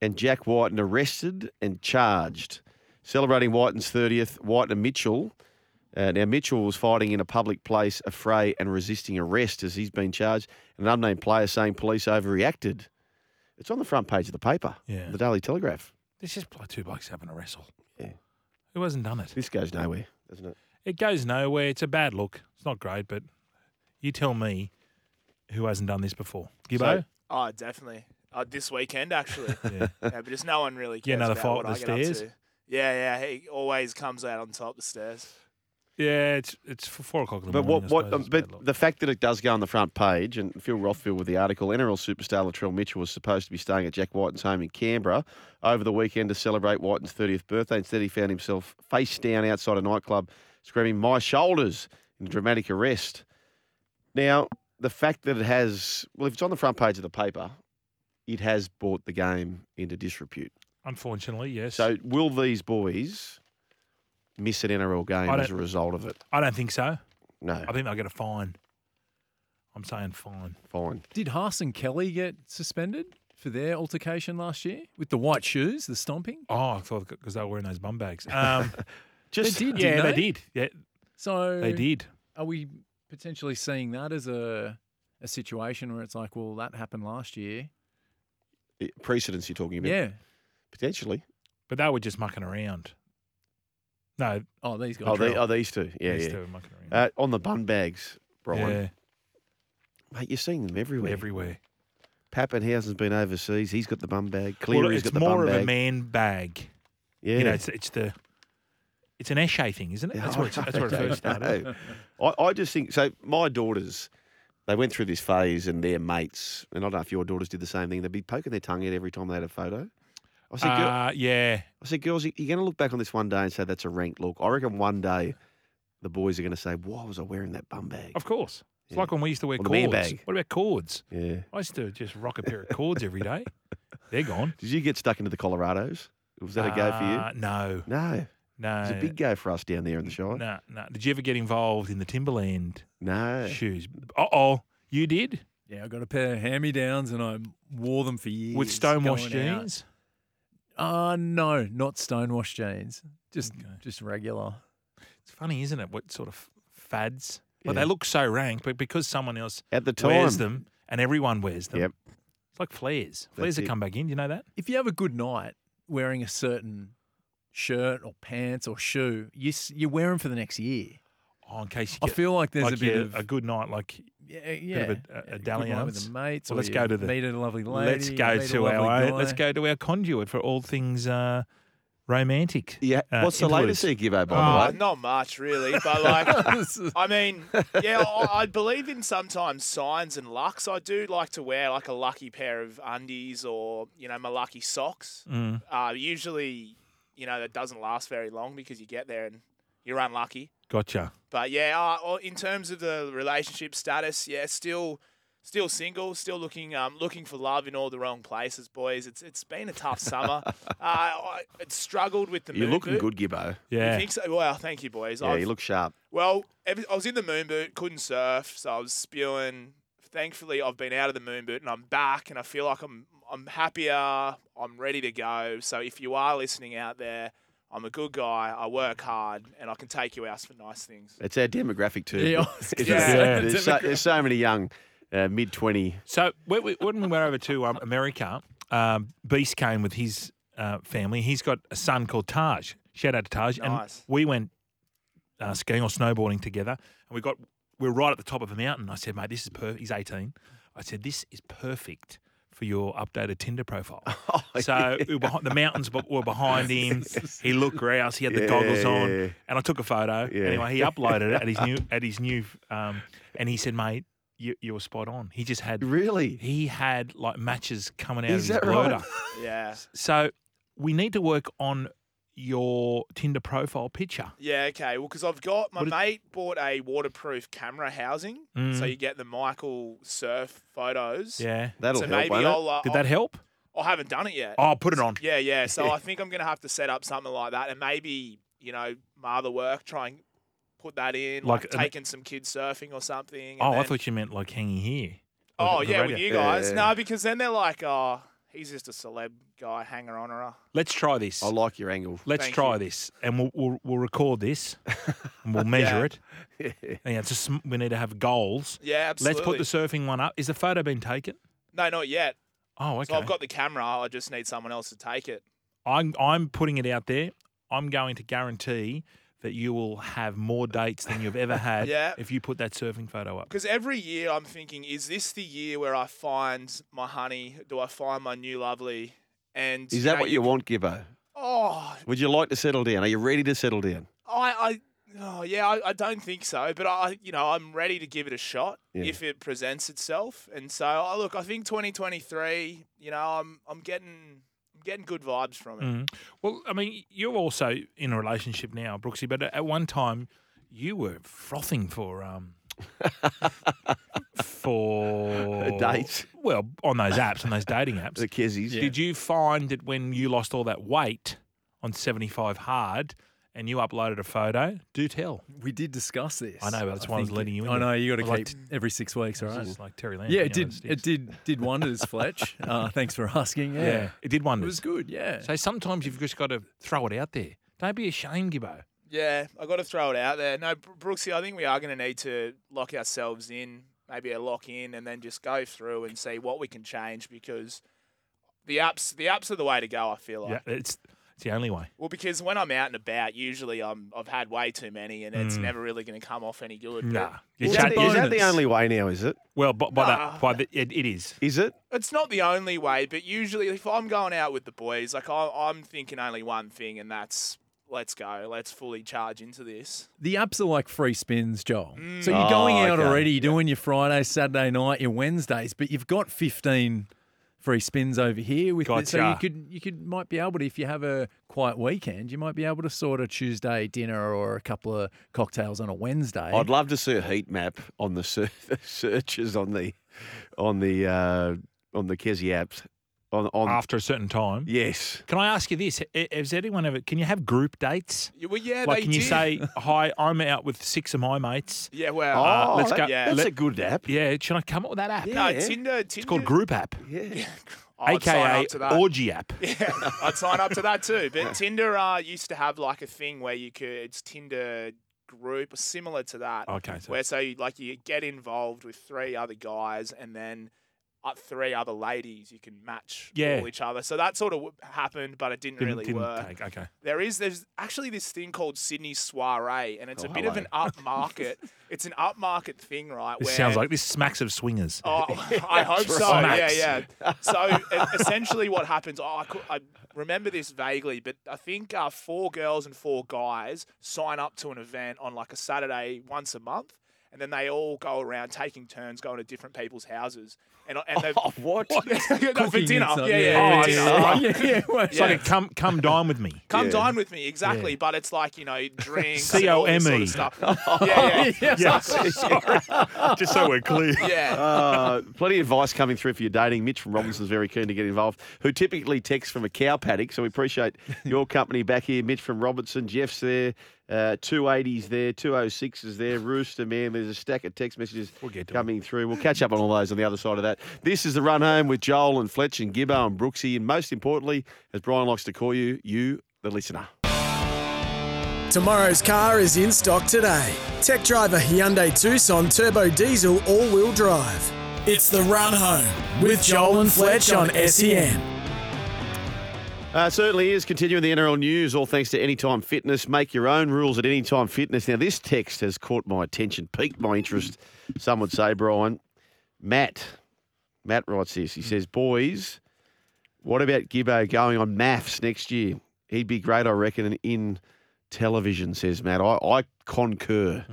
Speaker 2: and Jack Whiten arrested and charged, celebrating Whiten's 30th. Whiten and Mitchell. Uh, now, Mitchell was fighting in a public place, a fray, and resisting arrest as he's been charged. An unnamed player saying police overreacted. It's on the front page of the paper,
Speaker 3: Yeah.
Speaker 2: the Daily Telegraph.
Speaker 3: This is like two blokes having a wrestle.
Speaker 2: Yeah.
Speaker 3: Who hasn't done it?
Speaker 2: This goes nowhere, doesn't it?
Speaker 3: It goes nowhere. It's a bad look. It's not great, but you tell me who hasn't done this before. Gibbo?
Speaker 5: Oh, definitely. Uh, this weekend, actually.
Speaker 3: yeah.
Speaker 5: yeah, but just no one really
Speaker 3: Get
Speaker 5: cares
Speaker 3: another
Speaker 5: about
Speaker 3: fight
Speaker 5: what
Speaker 3: with
Speaker 5: I
Speaker 3: the
Speaker 5: get up
Speaker 3: stairs?
Speaker 5: to. Yeah, yeah. He always comes out on top the stairs.
Speaker 3: Yeah, it's it's f- four o'clock in the
Speaker 2: But what?
Speaker 3: morning.
Speaker 2: What?
Speaker 3: I suppose, it's bad
Speaker 2: but
Speaker 3: luck.
Speaker 2: the fact that it does go on the front page, and Phil Rothfield with the article, NRL superstar Latrell Mitchell was supposed to be staying at Jack Whiten's home in Canberra over the weekend to celebrate Whiten's 30th birthday. Instead, he found himself face down outside a nightclub, screaming "My shoulders!" in dramatic arrest. Now, the fact that it has, well, if it's on the front page of the paper, it has brought the game into disrepute.
Speaker 3: unfortunately, yes.
Speaker 2: So, will these boys miss an NRL game
Speaker 3: I
Speaker 2: as a
Speaker 3: don't-
Speaker 2: result of it?
Speaker 3: I don't think so.
Speaker 2: No,
Speaker 3: I think they'll get a fine. I'm saying fine.
Speaker 2: fine.
Speaker 4: Did Haas and Kelly get suspended for their altercation last year with the white shoes, the stomping?
Speaker 3: Oh, I thought because they were wearing those bum bags. Um,
Speaker 2: Just
Speaker 4: did,
Speaker 3: yeah,
Speaker 4: didn't
Speaker 3: they did. Yeah,
Speaker 4: So
Speaker 3: they did.
Speaker 4: Are we potentially seeing that as a a situation where it's like, well, that happened last year?
Speaker 2: precedence you're talking about.
Speaker 4: Yeah.
Speaker 2: Potentially.
Speaker 3: But they were just mucking around. No,
Speaker 4: Oh, these guys.
Speaker 2: Oh, they, oh, these two. Yeah,
Speaker 3: these
Speaker 2: yeah.
Speaker 3: two were mucking around.
Speaker 2: Uh, on the bun bags, Brian.
Speaker 3: yeah,
Speaker 2: Mate, you're seeing them everywhere.
Speaker 3: everywhere.
Speaker 2: Pappenhausen's been overseas. He's got the bum bag.
Speaker 3: Well,
Speaker 2: Cleary's
Speaker 3: it's
Speaker 2: got the
Speaker 3: more
Speaker 2: bum
Speaker 3: of
Speaker 2: bag.
Speaker 3: a man bag.
Speaker 2: yeah.
Speaker 3: You know, it's it's the it's an Eshe thing, isn't it? That's where, it's, that's where it
Speaker 2: I
Speaker 3: first
Speaker 2: don't
Speaker 3: started.
Speaker 2: know. I, I just think so. My daughters, they went through this phase, and their mates, and I don't know if your daughters did the same thing. They'd be poking their tongue out every time they had a photo. I said, "Girl-
Speaker 3: Uh, yeah,
Speaker 2: I said, girls, you- you're going to look back on this one day and say that's a rank look. I reckon one day the boys are going to say, why was I wearing that bum bag?
Speaker 3: of course. It's
Speaker 2: Yeah.
Speaker 3: like when we used to wear
Speaker 2: Or the man
Speaker 3: cords.
Speaker 2: bag.
Speaker 3: What about cords?
Speaker 2: Yeah.
Speaker 3: I used to just rock a pair of cords every day. They're gone.
Speaker 2: Did you get stuck into the Colorados? Was that a go for you?
Speaker 3: Uh, No,
Speaker 2: No.
Speaker 3: no.
Speaker 2: It was a big go for us down there in the Shire.
Speaker 3: No, no. Did you ever get involved in the Timberland
Speaker 2: No.
Speaker 3: shoes? Uh oh, you did
Speaker 4: Yeah, I got a pair of hand me downs and I wore them for years.
Speaker 3: with stonewashed
Speaker 4: going out.
Speaker 3: jeans.
Speaker 4: Uh no, not stonewashed jeans. Just
Speaker 3: Okay.
Speaker 4: just regular.
Speaker 3: It's funny, isn't it? What sort of fads? Well,
Speaker 2: Yeah.
Speaker 3: they look so rank, but because someone else
Speaker 2: At the time.
Speaker 3: wears them and everyone wears them,
Speaker 2: Yep.
Speaker 3: it's like flares. Flares that
Speaker 2: it.
Speaker 3: come back in. You know that?
Speaker 4: If you have a good night wearing a certain shirt or pants or shoe, you s- you wear them for the next year.
Speaker 3: Oh, in case you
Speaker 4: I
Speaker 3: get
Speaker 4: feel like there's
Speaker 3: like
Speaker 4: a bit
Speaker 3: yeah,
Speaker 4: of
Speaker 3: a good night, like
Speaker 4: yeah, yeah,
Speaker 3: bit of a- a-
Speaker 4: good night
Speaker 3: a
Speaker 4: with
Speaker 3: dalliance.
Speaker 4: the mates.
Speaker 3: Well,
Speaker 4: or
Speaker 3: let's
Speaker 4: you
Speaker 3: go to the-
Speaker 4: meet a lovely lady.
Speaker 3: let's
Speaker 4: you
Speaker 3: go
Speaker 4: meet a
Speaker 3: to our
Speaker 4: lovely
Speaker 3: own, let's
Speaker 4: guy.
Speaker 3: go to our conduit for all things uh, romantic.
Speaker 2: Yeah.
Speaker 3: uh, Oh,
Speaker 2: What's the
Speaker 3: interludes.
Speaker 2: latest there, Gibbo, by
Speaker 5: Uh,
Speaker 2: the way?
Speaker 5: not much, really. But, like, I mean, yeah, I, I believe in sometimes signs and lucks. I do like to wear, like, a lucky pair of undies or, you know, my lucky socks.
Speaker 3: Mm.
Speaker 5: Uh, usually, you know, that doesn't last very long because you get there and you're unlucky.
Speaker 3: Gotcha.
Speaker 5: But yeah, uh, or in terms of the relationship status, yeah, still, still single, still looking, um, looking for love in all the wrong places, boys. It's it's been a tough summer. uh, I it struggled with the.
Speaker 2: You're
Speaker 5: moon
Speaker 2: looking
Speaker 5: boot.
Speaker 2: good, Gibbo.
Speaker 5: You
Speaker 3: Yeah.
Speaker 5: think so? Well, thank you, boys.
Speaker 2: Yeah,
Speaker 5: I've-
Speaker 2: you look sharp.
Speaker 5: well, every, I was in the moon boot, couldn't surf, so I was spewing. Thankfully, I've been out of the moon boot and I'm back, and I feel like I'm I'm happier. I'm ready to go. So if you are listening out there, I'm a good guy. I work hard, and I can take you out for nice things.
Speaker 2: It's our demographic, too.
Speaker 4: Yeah, I was
Speaker 2: It's-
Speaker 5: gonna say,
Speaker 3: Yeah.
Speaker 2: There's, so, there's so many young, uh, mid 20.
Speaker 3: So when we, when we went over to um, America, um, Beast came with his uh, family. He's got a son called Taj. Shout out to Taj.
Speaker 5: Nice.
Speaker 3: And we went uh, skiing or snowboarding together, and we got we were right at the top of a mountain. I said, "Mate, this is perfect." He's 18. I said, "This is perfect for your updated Tinder profile.
Speaker 2: Oh,
Speaker 3: so we were behind, the mountains be- were behind him. He looked grouse. He had the goggles
Speaker 2: Yeah,
Speaker 3: on,
Speaker 2: yeah, yeah.
Speaker 3: and I took a photo.
Speaker 2: Yeah.
Speaker 3: Anyway, he uploaded it at his new at his new, um, and he said, "Mate, you, you were spot on." He just had
Speaker 2: Really?
Speaker 3: he had like matches coming out
Speaker 2: Is
Speaker 3: of his
Speaker 2: that right?
Speaker 3: bloater.
Speaker 5: Yeah.
Speaker 3: So we need to work on your Tinder profile picture.
Speaker 5: Yeah, okay. Well, because I've got my
Speaker 3: What is-
Speaker 5: mate bought a waterproof camera housing, so
Speaker 3: Mm.
Speaker 5: you get the Michael surf photos.
Speaker 3: Yeah.
Speaker 2: That'll
Speaker 5: so
Speaker 2: help.
Speaker 5: maybe
Speaker 2: won't it?
Speaker 5: I'll, uh,
Speaker 3: Did that help?
Speaker 5: I'll, I haven't done it yet.
Speaker 3: Oh, put it on.
Speaker 5: Yeah, yeah. So I think I'm going to have to set up something like that, and maybe you know my other work try and put that in,
Speaker 3: Like
Speaker 5: like,
Speaker 3: an-
Speaker 5: taking some kids surfing or something. and
Speaker 3: Oh, I
Speaker 5: then-
Speaker 3: thought you meant like hanging here. Like
Speaker 5: Oh
Speaker 3: at the
Speaker 5: yeah,
Speaker 3: radio.
Speaker 5: with you
Speaker 2: Yeah,
Speaker 5: guys.
Speaker 2: yeah, yeah.
Speaker 5: No, because then they're like, oh, he's just a celeb guy, hanger onerer.
Speaker 3: Let's try this.
Speaker 2: I like your angle.
Speaker 3: Let's
Speaker 5: Thank
Speaker 3: try
Speaker 5: you.
Speaker 3: this, and we'll we'll, we'll record this, and we'll measure it. And yeah, it's just some- we need to have goals.
Speaker 5: Yeah, absolutely.
Speaker 3: Let's put the surfing one up. Is the photo been taken?
Speaker 5: No, not yet.
Speaker 3: Oh, okay.
Speaker 5: So I've got the camera. I just need someone else to take it.
Speaker 3: I'm I'm putting it out there. I'm going to guarantee that you will have more dates than you've ever had
Speaker 5: Yeah.
Speaker 3: if you put that surfing photo up.
Speaker 5: Because every year I'm thinking, is this the year where I find my honey? Do I find my new lovely? And
Speaker 2: Is that
Speaker 5: know,
Speaker 2: what you want, Gibbo?
Speaker 5: Oh,
Speaker 2: Would you like to settle down? Are you ready to settle down?
Speaker 5: I, I, oh yeah, I, I don't think so. But I, you know, I'm ready to give it a shot
Speaker 2: Yeah.
Speaker 5: if it presents itself. And so, I look, I think 2023. You know, I'm, I'm getting, I'm getting good vibes from it.
Speaker 3: Mm. Well, I mean, you're also in a relationship now, Brooksy, but at one time you were frothing for um for
Speaker 2: Dates.
Speaker 3: Well, on those apps, on those dating apps.
Speaker 2: The Kizzies.
Speaker 3: Did you find that when you lost all that weight on 75 hard and you uploaded a photo? Do tell.
Speaker 4: We did discuss this.
Speaker 3: I know, but that's why I was
Speaker 4: think-
Speaker 3: letting you in
Speaker 4: I
Speaker 3: there.
Speaker 4: know you got to
Speaker 3: I
Speaker 4: keep
Speaker 3: like
Speaker 4: every six weeks, all
Speaker 3: This
Speaker 4: right?
Speaker 3: is like Terry Lamb.
Speaker 4: Yeah,
Speaker 3: you
Speaker 4: it
Speaker 3: know,
Speaker 4: did.
Speaker 3: sticks.
Speaker 4: It did did wonders, Fletch. Uh, thanks for asking. Yeah.
Speaker 3: Yeah. it did
Speaker 4: it
Speaker 3: wonders.
Speaker 4: was good. Yeah.
Speaker 3: So sometimes you've just got to throw it out there. Don't be ashamed, Gibbo.
Speaker 5: Yeah, I got to throw it out there. No, Br- Brooksy, I think we are going to need to lock ourselves in, maybe a lock in, and then just go through and see what we can change because the apps, the apps are the way to go. I feel like.
Speaker 3: Yeah, it's it's the only way.
Speaker 5: Well, because when I'm out and about, usually I'm I've had way too many, and it's never really going to come off any good.
Speaker 3: Mm.
Speaker 5: but
Speaker 3: Nah.
Speaker 2: Is
Speaker 3: It's
Speaker 2: that,
Speaker 3: a
Speaker 2: is that the
Speaker 3: bonus.
Speaker 2: only way now, is it?
Speaker 3: Well, by, by
Speaker 5: Nah.
Speaker 3: that, by the, it, it is.
Speaker 2: Is it?
Speaker 5: It's not the only way, but usually if I'm going out with the boys, like I, I'm thinking only one thing, and that's let's go, let's fully charge into this.
Speaker 4: The apps are like free spins, Joel. So
Speaker 3: Mm.
Speaker 4: you're
Speaker 2: Oh,
Speaker 4: going out
Speaker 2: okay.
Speaker 4: already, you're doing your Friday, Saturday night, your Wednesdays, but you've got 15 free spins over here with it. So you
Speaker 3: Gotcha.
Speaker 4: could you could might be able to if you have a quiet weekend, you might be able to sort a Tuesday dinner or a couple of cocktails on a Wednesday.
Speaker 2: I'd love to see a heat map on the ser- searches on the on the uh, on the Kezi apps. On on
Speaker 3: After a certain time.
Speaker 2: yes.
Speaker 3: Can I ask you this? I- Has anyone ever, can you have group dates?
Speaker 5: Yeah, Well, yeah,
Speaker 3: Like,
Speaker 5: they
Speaker 3: can you
Speaker 5: did.
Speaker 3: say, hi, I'm out with six of my mates?
Speaker 5: Yeah, well,
Speaker 2: oh,
Speaker 3: Ah, let's
Speaker 2: that-
Speaker 3: go-
Speaker 5: Yeah,
Speaker 2: That's
Speaker 3: let-
Speaker 2: a good app.
Speaker 3: Yeah, should I come up with that app?
Speaker 5: no,
Speaker 2: yeah.
Speaker 5: Tinder, Tinder.
Speaker 3: It's called Group App,
Speaker 2: Yeah.
Speaker 5: I'd sign
Speaker 3: aka
Speaker 5: up to that.
Speaker 3: Orgy App.
Speaker 5: Yeah, I'd sign up to that too. But Tinder uh, used to have like a thing where you could it's Tinder group similar to that.
Speaker 3: Okay, so-
Speaker 5: where so you, like you get involved with three other guys and then uh, three other ladies you can match
Speaker 3: Yeah.
Speaker 5: all each other. So that sort of w- happened, but it didn't,
Speaker 3: Didn't,
Speaker 5: really
Speaker 3: didn't
Speaker 5: work.
Speaker 3: take. Okay.
Speaker 5: There is there's actually this thing called Sydney soiree, and it's a
Speaker 2: Oh,
Speaker 5: bit of an upmarket. it's an upmarket thing, right?
Speaker 3: This
Speaker 5: where-
Speaker 3: sounds like this smacks of swingers.
Speaker 5: Oh, I hope so.
Speaker 3: right.
Speaker 5: Yeah, yeah. So e- essentially, what happens? Oh, I, cou- I remember this vaguely, but I think uh, four girls and four guys sign up to an event on like a Saturday once a month, and then they all go around taking turns going to different people's houses, and I- and they
Speaker 2: Oh, what?
Speaker 5: no, for
Speaker 4: Cooking
Speaker 5: dinner.
Speaker 4: and stuff,
Speaker 5: Yeah, yeah,
Speaker 4: yeah,
Speaker 3: yeah,
Speaker 5: for dinner.
Speaker 3: yeah.
Speaker 4: Oh, yeah, yeah, well,
Speaker 3: It's like a come, come dine with me.
Speaker 5: Come
Speaker 2: Yeah.
Speaker 5: dine with me, exactly. But it's like you know, drinks, and all this sort
Speaker 3: C-O-M-E.
Speaker 5: of stuff. yeah, yeah,
Speaker 3: Just so we're clear.
Speaker 5: yeah.
Speaker 2: Uh, plenty of advice coming through for your dating. Mitch from Robinson's very keen to get involved, who typically texts from a cow paddock. So we appreciate your company back here. Mitch from Robinson, Jeff's there, uh, 280s there, 206s there, Rooster Man. There's a stack of text messages
Speaker 3: get to
Speaker 2: coming through. We'll catch up on all those on the other side of that. This is the run home with Joel and Fletch and Gibbo and Brooksy. And most importantly, as Brian likes to call you, you, the listener.
Speaker 1: Tomorrow's car is in stock today. Tech driver Hyundai Tucson Turbo Diesel All Wheel Drive. It's the run home with Joel and Fletch on E SEN.
Speaker 2: Uh, certainly is. Continuing the NRL news, all thanks to Anytime Fitness. Make your own rules at Anytime Fitness. Now, this text has caught my attention, piqued my interest, some would say, Brian. Matt. Matt writes this. He says, Boys, what about Gibbo going on maths next year? He'd be great, I reckon, in television, says Matt. I, I concur.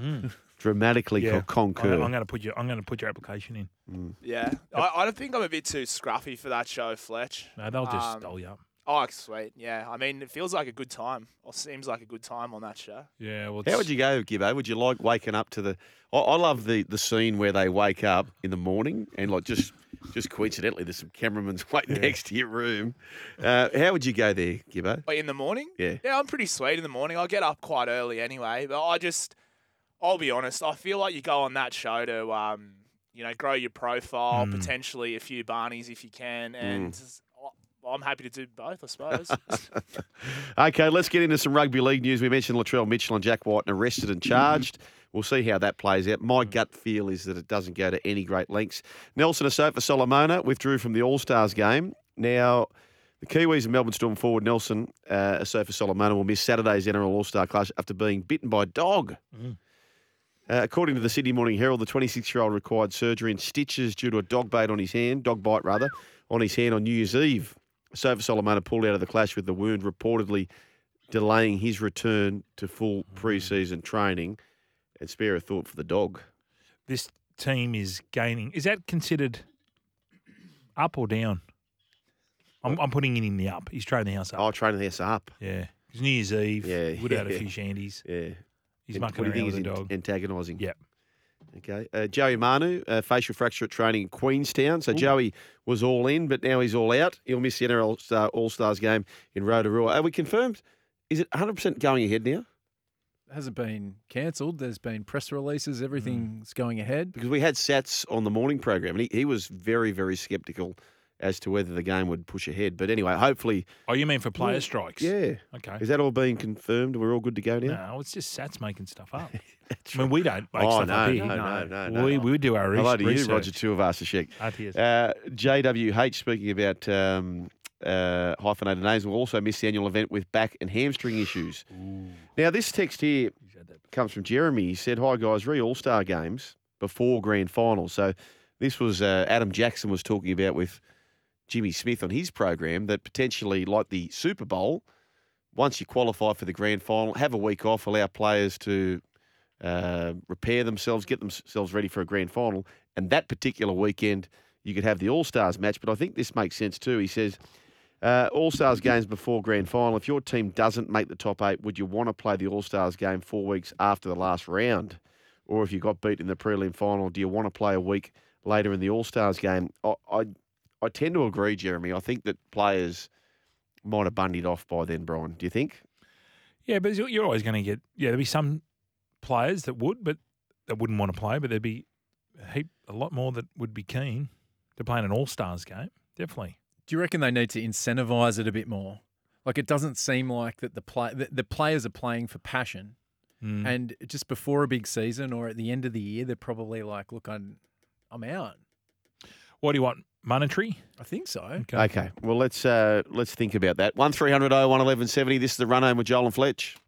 Speaker 2: Dramatically co- concur.
Speaker 3: I'm, I'm going to put your I'm going to put your application in.
Speaker 5: Yeah, I, I don't think I'm a bit too scruffy for that show, Fletch.
Speaker 3: No, they'll just
Speaker 5: Um,
Speaker 3: doll you up.
Speaker 5: Oh, sweet. Yeah, I mean, it feels like a good time, or seems like a good time on that show.
Speaker 3: Yeah. Well,
Speaker 2: How would you go, Gibbo? Would you like waking up to the? I, I love the the scene where they wake up in the morning and like just just coincidentally, there's some cameramen right next to your room. Uh, how would you go there, Gibbo?
Speaker 5: But in the morning?
Speaker 2: Yeah.
Speaker 5: Yeah, I'm pretty sweet in the morning. I get up quite early anyway, but I just, I'll be honest, I feel like you go on that show to, um, you know, grow your profile, potentially a few Barneys if you can, and I- I'm happy to do both, I suppose.
Speaker 2: Okay, let's get into some rugby league news. We mentioned Latrell Mitchell and Jack White arrested and charged. We'll see how that plays out. My gut feel is that it doesn't go to any great lengths. Nelson Asofa Solomona withdrew from the All Stars game. Now, the Kiwis and Melbourne Storm forward Nelson uh, Asofa Solomona will miss Saturday's NRL All Star clash after being bitten by a dog. Uh, according to the Sydney Morning Herald, the 26 year old required surgery and stitches due to a dog bite on his hand, dog bite rather, on his hand on New Year's Eve. Sofa Solomona pulled out of the clash with the wound reportedly delaying his return to full
Speaker 3: Mm.
Speaker 2: preseason training. And spare a thought for the dog.
Speaker 3: this team is gaining? Is that considered up or down? I'm, I'm putting it in the up. He's trading the house up.
Speaker 2: Oh, training this up.
Speaker 3: Yeah. It's New Year's Eve.
Speaker 2: Yeah,
Speaker 3: Would have had
Speaker 2: yeah.
Speaker 3: a few shandies.
Speaker 2: Yeah.
Speaker 3: He's
Speaker 2: And
Speaker 3: mucking
Speaker 2: what do you
Speaker 3: around
Speaker 2: think
Speaker 3: with
Speaker 2: is
Speaker 3: a
Speaker 2: ant-
Speaker 3: dog.
Speaker 2: Antagonising.
Speaker 3: Yep.
Speaker 2: Okay. Uh, Joey Manu, uh, facial fracture at training in Queenstown. So Joey was all in, but now he's all out. He'll miss the NRL Star- All Stars game in Rotorua. Are we confirmed? Is it 100% going ahead now?
Speaker 4: hasn't been cancelled. There's been press releases. Everything's going ahead.
Speaker 2: Because we had Sats on the morning program, and he, he was very, very sceptical as to whether the game would push ahead. But anyway, hopefully,
Speaker 3: Oh, you mean for player strikes?
Speaker 2: yeah.
Speaker 3: Okay.
Speaker 2: Is that all being confirmed? We're all good to go now?
Speaker 3: No, it's just Sats making stuff up. I mean, we don't make
Speaker 2: Oh,
Speaker 3: stuff up
Speaker 2: no,
Speaker 3: here.
Speaker 2: no, no, no, no.
Speaker 3: We, we do our research.
Speaker 2: Hello to you, Roger Tuivasa-Sheck.
Speaker 3: RTS.
Speaker 2: Uh, JWH, speaking about um, uh, hyphenated names, will also miss the annual event with back and hamstring issues. Now, this text here comes from Jeremy. He said, Hi, guys, re All Star games before grand finals. So, this was uh, Adam Jackson was talking about with Jimmy Smith on his program that potentially, like the Super Bowl, once you qualify for the grand final, have a week off, allow players to uh, repair themselves, get themselves ready for a grand final. And that particular weekend, you could have the All Stars match. But I think this makes sense too. He says, uh, All Stars games before grand final. If your team doesn't make the top eight, would you want to play the All Stars game four weeks after the last round? Or if you got beat in the prelim final, do you want to play a week later in the All Stars game? I, I, I tend to agree, Jeremy. I think that players might have bundied off by then, Brian. Do you think?
Speaker 3: Yeah, but you're you're always going to get. Yeah, there'll be some players that would, but that wouldn't want to play. But there'd be a heap, a lot more that would be keen to play in an All Stars game. Definitely.
Speaker 4: Do you reckon they need to incentivise it a bit more? Like it doesn't seem like that the play the, the players are playing for passion,
Speaker 3: Mm.
Speaker 4: and just before a big season or at the end of the year, they're probably like, "Look, I'm, I'm out."
Speaker 3: What do you want? Monetary?
Speaker 4: I think so.
Speaker 2: oh Okay. Well, let's uh, let's think about that. One 11170 This is the run home with Joel and Fletch.